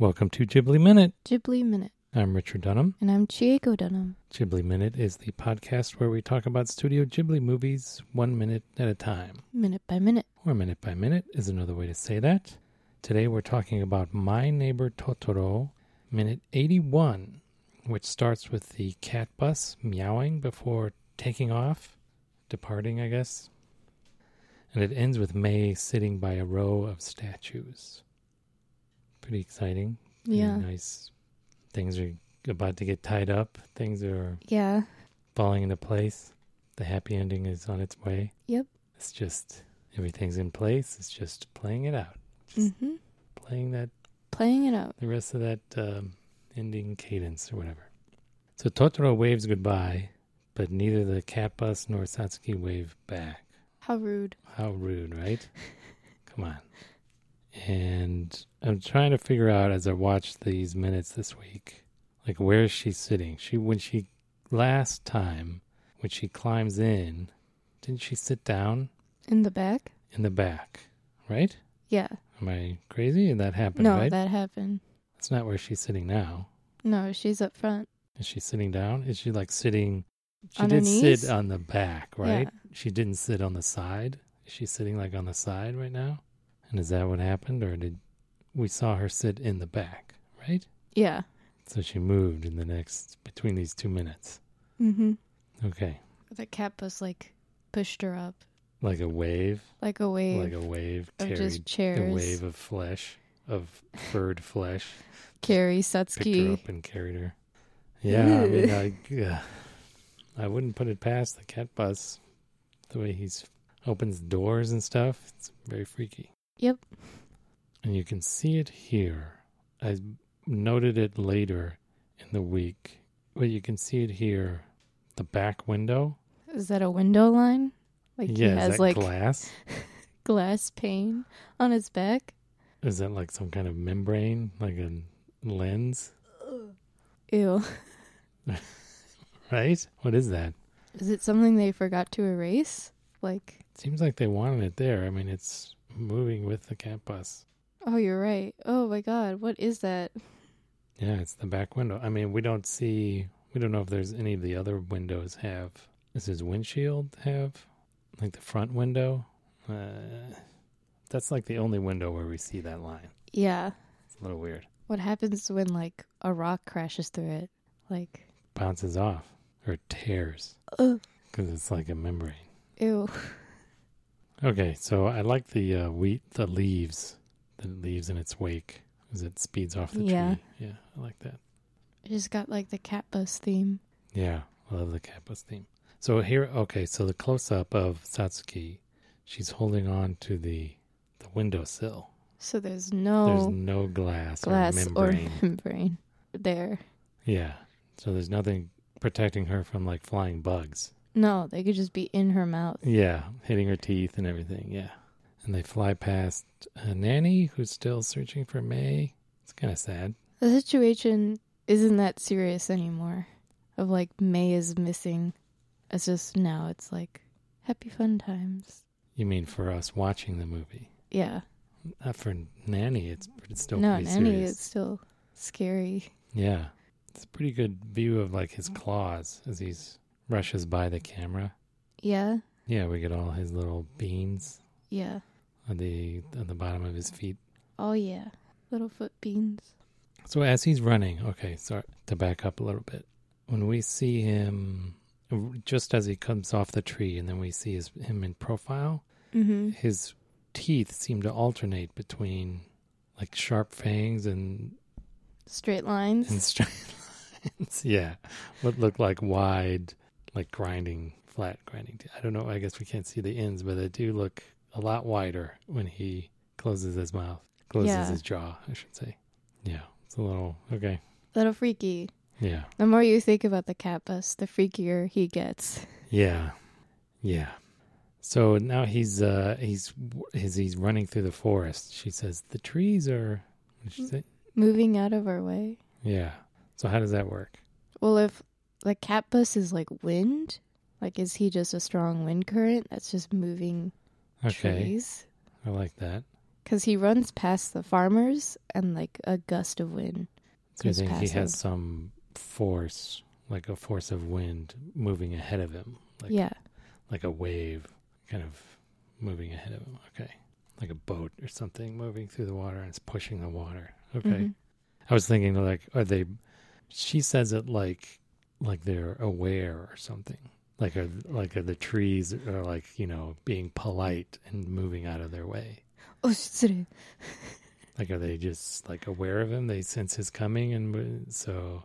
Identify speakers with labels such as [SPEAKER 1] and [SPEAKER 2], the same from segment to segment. [SPEAKER 1] Welcome to Ghibli Minute.
[SPEAKER 2] Ghibli Minute.
[SPEAKER 1] I'm Richard Dunham.
[SPEAKER 2] And I'm Chieko Dunham.
[SPEAKER 1] Ghibli Minute is the podcast where we talk about Studio Ghibli movies one minute at a time,
[SPEAKER 2] Minute by minute.
[SPEAKER 1] or minute by minute is another way to say that. Today we're talking about My Neighbor Totoro, minute 81, which starts with the cat bus meowing before taking off, departing, I guess. And it ends with May sitting by a row of statues. Pretty exciting. Pretty
[SPEAKER 2] Yeah.
[SPEAKER 1] Nice. Things are about to get tied up. Things are
[SPEAKER 2] Yeah.
[SPEAKER 1] falling into place. The happy ending is on its way.
[SPEAKER 2] Yep.
[SPEAKER 1] It's just everything's in place. It's just playing it out. Just
[SPEAKER 2] Mm-hmm.
[SPEAKER 1] playing that
[SPEAKER 2] Playing it out.
[SPEAKER 1] the rest of that um, ending cadence or whatever. So Totoro waves goodbye, but neither the cat bus nor Satsuki wave back.
[SPEAKER 2] How rude.
[SPEAKER 1] How rude, right? Come on. And I'm trying to figure out as I watched these minutes this week, like where is she sitting? She when she last time when she climbs in, didn't she sit down
[SPEAKER 2] In the back?
[SPEAKER 1] in the back, right?
[SPEAKER 2] Yeah.
[SPEAKER 1] Am I crazy? And that happened,
[SPEAKER 2] no,
[SPEAKER 1] right?
[SPEAKER 2] that happened.
[SPEAKER 1] That's not where she's sitting now.
[SPEAKER 2] No, she's up front.
[SPEAKER 1] Is she sitting down? Is she like sitting? She
[SPEAKER 2] On her
[SPEAKER 1] did
[SPEAKER 2] knees?
[SPEAKER 1] sit uh, on the back, right?
[SPEAKER 2] Yeah.
[SPEAKER 1] She didn't sit on the side. Is she sitting like on the side right now? And is that what happened, or did we saw her sit in the back, right?
[SPEAKER 2] Yeah.
[SPEAKER 1] So she moved in the next between these two minutes.
[SPEAKER 2] Mm-hmm.
[SPEAKER 1] Okay,
[SPEAKER 2] The cat was like pushed her up
[SPEAKER 1] like a wave,
[SPEAKER 2] like a wave
[SPEAKER 1] like a wave
[SPEAKER 2] of
[SPEAKER 1] carried
[SPEAKER 2] just
[SPEAKER 1] a
[SPEAKER 2] chairs.
[SPEAKER 1] wave of flesh of furred flesh,
[SPEAKER 2] Carrie
[SPEAKER 1] picked her
[SPEAKER 2] Satsuki.
[SPEAKER 1] up and carried her. Yeah, I mean,
[SPEAKER 2] Ugh.
[SPEAKER 1] I, ugh. I wouldn't put it past the cat bus. The way he's opens doors and stuff, it's very freaky.
[SPEAKER 2] Yep.
[SPEAKER 1] And you can see it here. I noted it later in the week, but you can see it here. The back window,
[SPEAKER 2] Is that a window line? Like
[SPEAKER 1] yeah,
[SPEAKER 2] he
[SPEAKER 1] is
[SPEAKER 2] has
[SPEAKER 1] that
[SPEAKER 2] like
[SPEAKER 1] glass?
[SPEAKER 2] glass pane on his back.
[SPEAKER 1] Is that like some kind of membrane, like a lens?
[SPEAKER 2] Ew.
[SPEAKER 1] Right? What is that?
[SPEAKER 2] Is it something they forgot to erase? Like,
[SPEAKER 1] Seems like they wanted it there. I mean, it's moving with the cat bus.
[SPEAKER 2] oh, you're right. Oh my god, what is that?
[SPEAKER 1] Yeah, it's the back window. I mean, we don't see, we don't know if there's any of the other windows have. Does his windshield have like the front window? Uh, that's like the only window where we see that line.
[SPEAKER 2] Yeah.
[SPEAKER 1] It's a little weird.
[SPEAKER 2] What happens when like a rock crashes through it? Like,
[SPEAKER 1] Bounces off or tears
[SPEAKER 2] ugh,
[SPEAKER 1] because it's like a membrane.
[SPEAKER 2] ew.
[SPEAKER 1] Okay, so I like the uh, wheat, the leaves, the leaves in its wake as it speeds off the
[SPEAKER 2] Yeah.
[SPEAKER 1] tree. Yeah, I like that.
[SPEAKER 2] It just got like the cat bus theme.
[SPEAKER 1] Yeah, I love the cat bus theme. So here, okay, so the close up of Satsuki, she's holding on to the the windowsill.
[SPEAKER 2] So there's
[SPEAKER 1] There's
[SPEAKER 2] no
[SPEAKER 1] no glass,
[SPEAKER 2] Oh. glass
[SPEAKER 1] or
[SPEAKER 2] or
[SPEAKER 1] membrane.
[SPEAKER 2] membrane there.
[SPEAKER 1] yeah, so there's nothing protecting her from like flying bugs.
[SPEAKER 2] No, they could just be in her mouth.
[SPEAKER 1] Yeah, hitting her teeth and everything. Yeah, and they fly past uh, Nanny, who's still searching for May. It's kind of sad.
[SPEAKER 2] The situation isn't that serious anymore. Of like May is missing. It's just now it's like happy fun times.
[SPEAKER 1] You mean for us watching the movie?
[SPEAKER 2] Yeah.
[SPEAKER 1] Not for Nanny. It's, it's still
[SPEAKER 2] no,
[SPEAKER 1] pretty
[SPEAKER 2] Nanny
[SPEAKER 1] serious.
[SPEAKER 2] is still scary.
[SPEAKER 1] Yeah. It's a pretty good view of like his claws as he's rushes by the camera.
[SPEAKER 2] Yeah.
[SPEAKER 1] Yeah, we get all his little beans
[SPEAKER 2] Yeah.
[SPEAKER 1] on the on the bottom of his feet.
[SPEAKER 2] Oh yeah. Little foot beans.
[SPEAKER 1] So as he's running, okay, sorry to back up a little bit. When we see him just as he comes off the tree and then we see his, him in profile,
[SPEAKER 2] Mhm.
[SPEAKER 1] his teeth seem to alternate between like sharp fangs and
[SPEAKER 2] Straight lines.
[SPEAKER 1] and straight lines. Yeah, what look like wide, like grinding, flat grinding. teeth. I don't know. I guess we can't see the ends, but they do look a lot wider when he closes his mouth, closes
[SPEAKER 2] Yeah.
[SPEAKER 1] his jaw, I should say. Yeah, it's a little okay.
[SPEAKER 2] Little freaky.
[SPEAKER 1] Yeah,
[SPEAKER 2] The more you think about the cat bus, the freakier he gets.
[SPEAKER 1] yeah, yeah. So now he's uh he's as he's running through the forest. She says the trees are. What did she say?
[SPEAKER 2] Moving out of our way.
[SPEAKER 1] Yeah. So how does that work?
[SPEAKER 2] Well, if the cat bus is like wind, like is he just a strong wind current that's just moving
[SPEAKER 1] Okay,
[SPEAKER 2] trees?
[SPEAKER 1] I like that.
[SPEAKER 2] Because he runs past the farmers and like a gust of wind.
[SPEAKER 1] So you
[SPEAKER 2] goes
[SPEAKER 1] think
[SPEAKER 2] past
[SPEAKER 1] he has
[SPEAKER 2] him.
[SPEAKER 1] some force, like a force of wind moving ahead of him, like
[SPEAKER 2] yeah.
[SPEAKER 1] like a wave kind of moving ahead of him. Okay. Like a boat or something moving through the water and it's pushing the water. Okay.
[SPEAKER 2] Mhm.
[SPEAKER 1] I was thinking like are they she says it like like they're aware or something. Like are like are the trees are like, you know, being polite and moving out of their way.
[SPEAKER 2] Oh, shitsuru.
[SPEAKER 1] Like are they just like aware of him? They sense his coming and w- so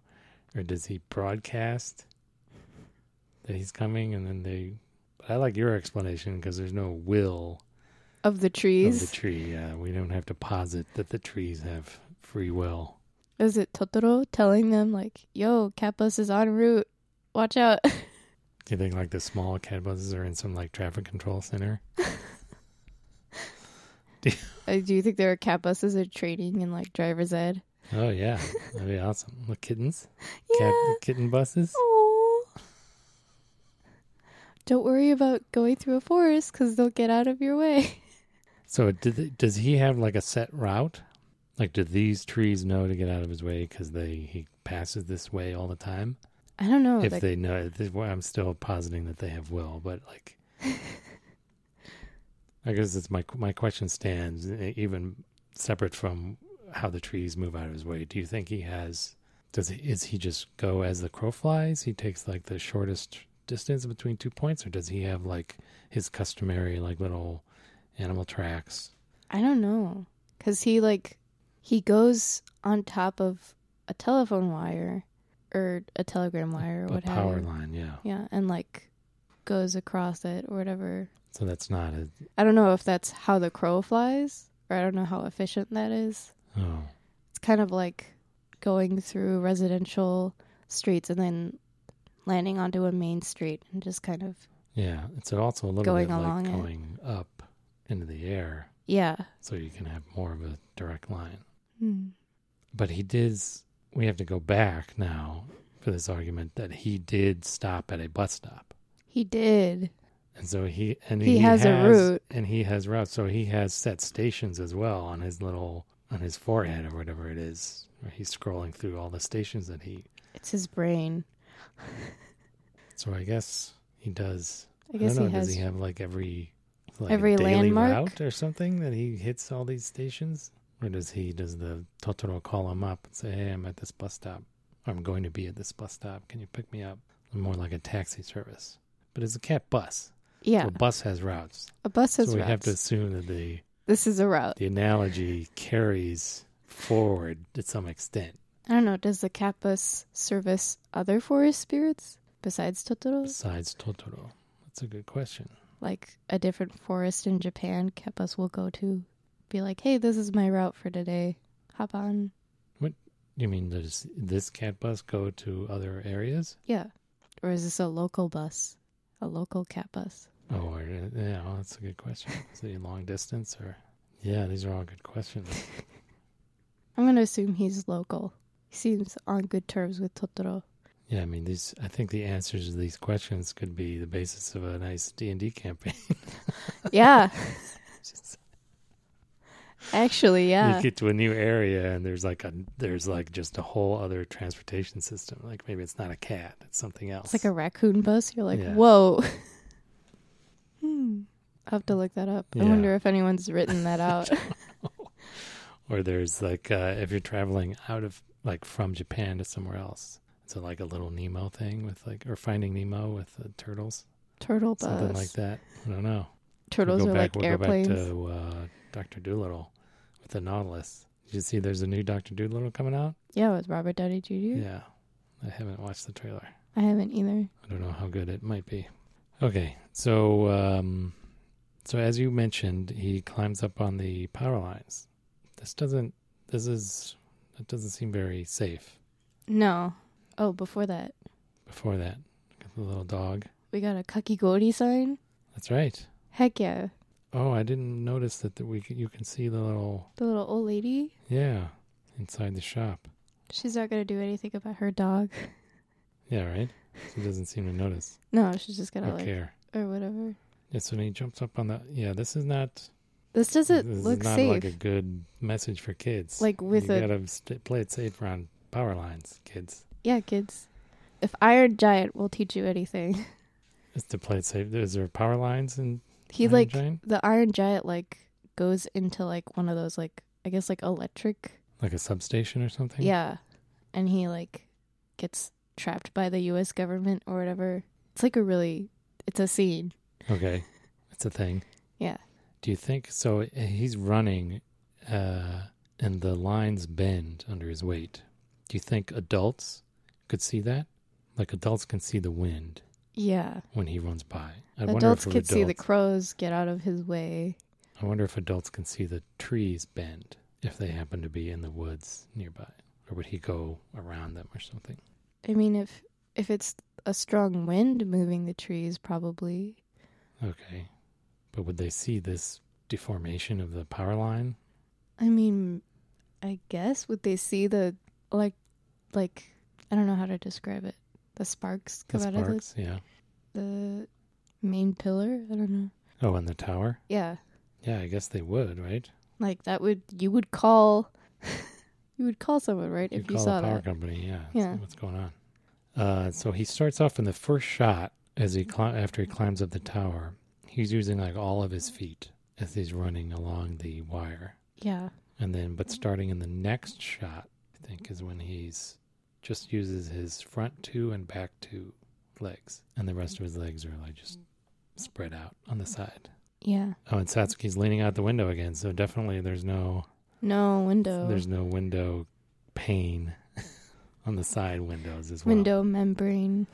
[SPEAKER 1] or does he broadcast that he's coming and then they I like your explanation because there's no will
[SPEAKER 2] of the trees.
[SPEAKER 1] of the tree. Yeah, we don't have to posit that the trees have free will.
[SPEAKER 2] Is it Totoro telling them like, "Yo, cat bus is en route. Watch out."
[SPEAKER 1] Do you think like the small cat buses are in some like traffic control center?
[SPEAKER 2] Uh, Do you think there are cat buses are training in like driver's ed?
[SPEAKER 1] Oh yeah, that'd be awesome. Look, kittens,
[SPEAKER 2] Yeah.
[SPEAKER 1] cat kitten buses.
[SPEAKER 2] Aw. Don't worry about going through a forest because they'll get out of your way.
[SPEAKER 1] So did they, does he have like a set route? Like, do these trees know to get out of his way because they he passes this way all the time?
[SPEAKER 2] I don't know.
[SPEAKER 1] if
[SPEAKER 2] like,
[SPEAKER 1] they know, this- well, I'm still positing that they have will, but like, I guess it's my my question stands e- even separate from how the trees move out of his way. Do you think he has? Does he, is he just go as the crow flies? He takes like the shortest distance between two points, or does he have like his customary like little animal tracks?
[SPEAKER 2] I don't know. Because he, like, he goes on top of a telephone wire or a telegram wire or
[SPEAKER 1] a
[SPEAKER 2] what have
[SPEAKER 1] power
[SPEAKER 2] you.
[SPEAKER 1] line, yeah.
[SPEAKER 2] Yeah, and, like, goes across it or whatever.
[SPEAKER 1] So that's not a
[SPEAKER 2] I don't know if that's how the crow flies or I don't know how efficient that is.
[SPEAKER 1] oh
[SPEAKER 2] It's kind of like going through residential streets and then landing onto a main street and just kind of,
[SPEAKER 1] yeah. It's also a little
[SPEAKER 2] Going
[SPEAKER 1] bit
[SPEAKER 2] along
[SPEAKER 1] like
[SPEAKER 2] it.
[SPEAKER 1] going up into the air.
[SPEAKER 2] yeah.
[SPEAKER 1] so you can have more of a direct line.
[SPEAKER 2] Hmm.
[SPEAKER 1] But he did. s- We have to go back now for this argument that he did stop at a bus stop,
[SPEAKER 2] He did.
[SPEAKER 1] and so he and
[SPEAKER 2] He has a route.
[SPEAKER 1] and he has routes. So he has set stations as well on his little on his forehead or whatever it is. Where he's scrolling through all the stations that he.
[SPEAKER 2] It's his brain.
[SPEAKER 1] So I guess he does.
[SPEAKER 2] I guess
[SPEAKER 1] don't know.
[SPEAKER 2] he has
[SPEAKER 1] does he have like every like a
[SPEAKER 2] Every
[SPEAKER 1] daily
[SPEAKER 2] landmark?
[SPEAKER 1] route or something that he hits all these stations? Or does he does the Totoro call him up and say, Hey, I'm at this bus stop. I'm going to be at this bus stop. Can you pick me up? More like a taxi service. But it's a cat bus.
[SPEAKER 2] Yeah,
[SPEAKER 1] So a bus has routes.
[SPEAKER 2] a bus has
[SPEAKER 1] so we have
[SPEAKER 2] routes.
[SPEAKER 1] to assume that the
[SPEAKER 2] This is a route.
[SPEAKER 1] the analogy carries forward to some extent.
[SPEAKER 2] I don't know. Does the cat bus service other forest spirits besides Totoro?
[SPEAKER 1] Besides Totoro. That's a good question.
[SPEAKER 2] Like a different forest in Japan, cat bus will go to. Be like, hey, this is my route for today. Hop on.
[SPEAKER 1] You mean does this cat bus go to other areas?
[SPEAKER 2] Yeah. Or is this a local bus? A local cat bus?
[SPEAKER 1] Oh, or, uh, yeah, well, that's a good question. Is it long distance or? Yeah, these are all good questions.
[SPEAKER 2] I'm gonna assume he's local. He seems on good terms with Totoro.
[SPEAKER 1] Yeah, I mean, these. I think the answers to these questions could be the basis of a nice D and D campaign.
[SPEAKER 2] Yeah,
[SPEAKER 1] Just-
[SPEAKER 2] actually, yeah.
[SPEAKER 1] You get to a new area and there's like a there's like just a whole other transportation system. Like maybe it's not a cat, it's something else.
[SPEAKER 2] It's like a raccoon bus. You're like,
[SPEAKER 1] Yeah.
[SPEAKER 2] whoa. hmm. I'll have to look that up. I
[SPEAKER 1] Yeah.
[SPEAKER 2] wonder if anyone's written that out.
[SPEAKER 1] or there's like uh, if you're traveling out of like from Japan to somewhere else. So like a little Nemo thing with like or Finding Nemo with the turtles,
[SPEAKER 2] Turtle bus.
[SPEAKER 1] something like that. I don't know. We'll
[SPEAKER 2] Turtles
[SPEAKER 1] go
[SPEAKER 2] are
[SPEAKER 1] back,
[SPEAKER 2] like
[SPEAKER 1] we'll
[SPEAKER 2] airplanes.
[SPEAKER 1] Go back to uh, Doctor Doolittle with the Nautilus. Did you see? There's a new Doctor Doolittle coming out.
[SPEAKER 2] Yeah, with Robert Downey Jr.
[SPEAKER 1] Yeah, I haven't watched the trailer.
[SPEAKER 2] I haven't either.
[SPEAKER 1] I don't know how good it might be. Okay, so um, so as you mentioned, he climbs up on the power lines. This doesn't. This is. That doesn't seem very safe.
[SPEAKER 2] No. Oh, before that,
[SPEAKER 1] Before that, got the little dog.
[SPEAKER 2] we got a kakigori sign.
[SPEAKER 1] That's right.
[SPEAKER 2] Heck yeah.
[SPEAKER 1] Oh, I didn't notice that that we c- you can see the little
[SPEAKER 2] The little old lady.
[SPEAKER 1] yeah inside the shop.
[SPEAKER 2] She's not gonna do anything about her dog.
[SPEAKER 1] Yeah, right. She doesn't seem to notice
[SPEAKER 2] No, she's just gonna
[SPEAKER 1] or care.
[SPEAKER 2] like or whatever.
[SPEAKER 1] Yeah, so then he jumps up on the. Yeah, this is not.
[SPEAKER 2] This doesn't
[SPEAKER 1] this
[SPEAKER 2] look
[SPEAKER 1] is not
[SPEAKER 2] safe.
[SPEAKER 1] like a good message for kids.
[SPEAKER 2] Like, with
[SPEAKER 1] you
[SPEAKER 2] a-
[SPEAKER 1] gotta st- play it safe around power lines, kids.
[SPEAKER 2] yeah, kids. If Iron Giant will teach you anything,
[SPEAKER 1] Is to play it safe. Is there power lines and
[SPEAKER 2] he
[SPEAKER 1] Iron
[SPEAKER 2] like
[SPEAKER 1] Giant?
[SPEAKER 2] the Iron Giant like goes into like one of those like I guess like electric
[SPEAKER 1] like a substation or something?
[SPEAKER 2] Yeah. And he like gets trapped by the US government or whatever. It's like a really it's a scene.
[SPEAKER 1] Okay, it's a thing.
[SPEAKER 2] Yeah.
[SPEAKER 1] Do you think so? eh, He's running, uh, and the lines bend under his weight. Do you think adults could see that? Like adults can see the wind
[SPEAKER 2] Yeah.
[SPEAKER 1] when he runs by. I wonder
[SPEAKER 2] adults
[SPEAKER 1] if
[SPEAKER 2] could see the
[SPEAKER 1] adults-
[SPEAKER 2] crows get out of his way.
[SPEAKER 1] I wonder if adults can see the trees bend if they happen to be in the woods nearby, or would he go around them or something?
[SPEAKER 2] I mean if if it's a strong wind moving the trees probably.
[SPEAKER 1] Okay, but would they see this deformation of the power line?
[SPEAKER 2] I mean I guess would they see the like like I don't know how to describe it. The sparks
[SPEAKER 1] The
[SPEAKER 2] come out of
[SPEAKER 1] sparks, yeah.
[SPEAKER 2] the, the main pillar? I don't know.
[SPEAKER 1] Oh, and the tower.
[SPEAKER 2] Yeah.
[SPEAKER 1] Yeah, I guess they would, right?
[SPEAKER 2] Like that would you would call you would call someone, right?
[SPEAKER 1] You
[SPEAKER 2] if you
[SPEAKER 1] call
[SPEAKER 2] saw
[SPEAKER 1] the power
[SPEAKER 2] that.
[SPEAKER 1] company, yeah. see
[SPEAKER 2] Yeah.
[SPEAKER 1] what's going on? Uh, so he starts off in the first shot as he cli- after he climbs up the tower. He's using like all of his feet as he's running along the wire,
[SPEAKER 2] Yeah.
[SPEAKER 1] and then but starting in the next shot, I think is when he's just uses his front two and back two legs, and the rest of his legs are like just spread out on the side.
[SPEAKER 2] Yeah.
[SPEAKER 1] Oh, and Satsuki's leaning out the window again, so definitely there's no
[SPEAKER 2] No window.
[SPEAKER 1] there's no window pane on the side windows as well.
[SPEAKER 2] window membrane.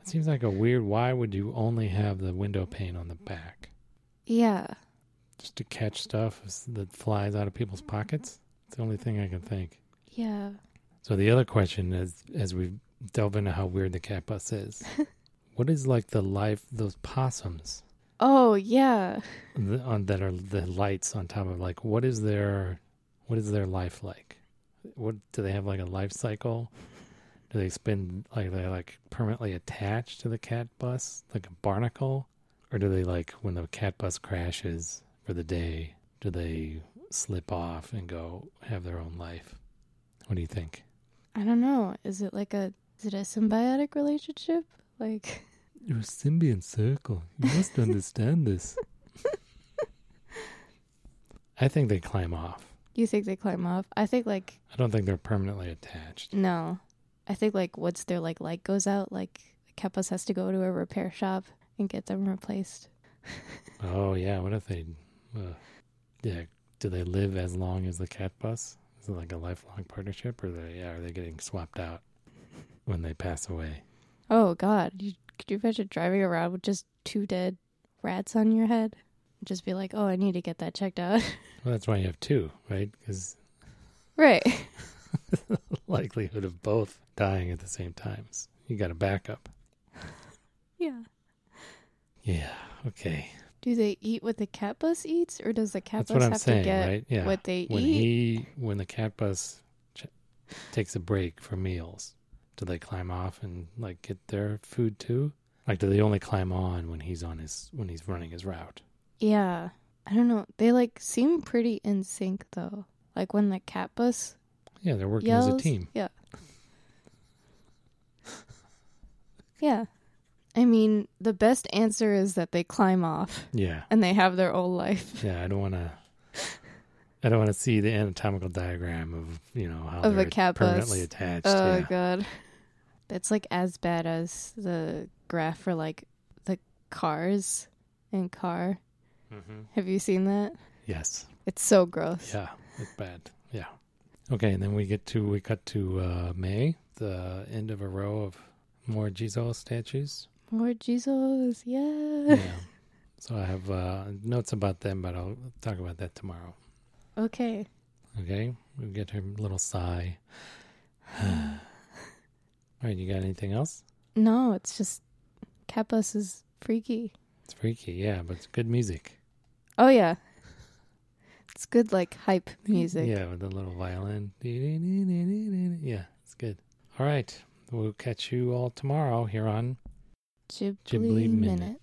[SPEAKER 1] It seems like a weird. Why would you only have the window pane on the back
[SPEAKER 2] Yeah.
[SPEAKER 1] just to catch stuff s- that flies out of people's pockets? It's the only thing I can think.
[SPEAKER 2] Yeah.
[SPEAKER 1] So the other question is, as we delve into how weird the cat bus is, what is like the life those possums
[SPEAKER 2] Oh yeah.
[SPEAKER 1] th- on that are the lights on top of like what is their what is their life like? What do they have like a life cycle? Do they spend like they like permanently attached to the cat bus like a barnacle, or do they like when the cat bus crashes for the day? Do they slip off and go have their own life? What do you think?
[SPEAKER 2] I don't know. Is it like a is it a symbiotic relationship? Like
[SPEAKER 1] You're a symbiont circle. You must understand this. I think they climb off.
[SPEAKER 2] you think they climb off? I think like
[SPEAKER 1] I don't think they're permanently attached.
[SPEAKER 2] no. I think like once their like light goes out, like Kepas has to go to a repair shop and get them replaced.
[SPEAKER 1] Oh yeah, what if they? Uh, yeah, do they live as long as the cat bus? Is it like a lifelong partnership, or they yeah, are they getting swapped out when they pass away?
[SPEAKER 2] Oh God! You, could you imagine driving around with just two dead rats on your head? Just be like, oh, I need to get that checked out.
[SPEAKER 1] Well, that's why you have two, right? Because
[SPEAKER 2] right.
[SPEAKER 1] likelihood of both dying at the same times. You got a backup.
[SPEAKER 2] Yeah.
[SPEAKER 1] Yeah. Okay.
[SPEAKER 2] Do they eat what the cat bus eats, or does the cat
[SPEAKER 1] that's what
[SPEAKER 2] bus
[SPEAKER 1] I'm
[SPEAKER 2] have
[SPEAKER 1] saying,
[SPEAKER 2] to get
[SPEAKER 1] right? Yeah.
[SPEAKER 2] what they
[SPEAKER 1] when
[SPEAKER 2] eat?
[SPEAKER 1] he when the cat bus ch- takes a break for meals do they climb off and like get their food too like do they only climb on when he's on his when he's running his route
[SPEAKER 2] Yeah. I don't know. They like seem pretty in sync though. Like when the cat bus
[SPEAKER 1] yeah they're working
[SPEAKER 2] yells.
[SPEAKER 1] as a team
[SPEAKER 2] Yeah. yeah. I mean, the best answer is that they climb off
[SPEAKER 1] yeah
[SPEAKER 2] and they have their own life
[SPEAKER 1] yeah i don't want to i don't want to see the anatomical diagram of you know how
[SPEAKER 2] of
[SPEAKER 1] they're
[SPEAKER 2] a cat bus.
[SPEAKER 1] permanently attached
[SPEAKER 2] Oh
[SPEAKER 1] yeah.
[SPEAKER 2] god. That's like as bad as the graph for like the cars and car.
[SPEAKER 1] Mhm.
[SPEAKER 2] Have you seen that?
[SPEAKER 1] yes
[SPEAKER 2] It's so gross.
[SPEAKER 1] Yeah, it's bad. Yeah. Okay, and then we get to we cut to uh, May, the end of a row of more Jizo statues.
[SPEAKER 2] More Jesus, yeah.
[SPEAKER 1] Yeah. so I have uh, notes about them, but I'll talk about that tomorrow.
[SPEAKER 2] Okay.
[SPEAKER 1] Okay, we get her little sigh. All right, you got anything else?
[SPEAKER 2] No, it's just Kappas is freaky.
[SPEAKER 1] It's freaky, yeah, but it's good music.
[SPEAKER 2] Oh yeah. It's good like hype music.
[SPEAKER 1] Yeah, with the little violin. Yeah, it's good. All right, we'll catch you all tomorrow here on
[SPEAKER 2] Ghibli,
[SPEAKER 1] Ghibli Minute.
[SPEAKER 2] minute.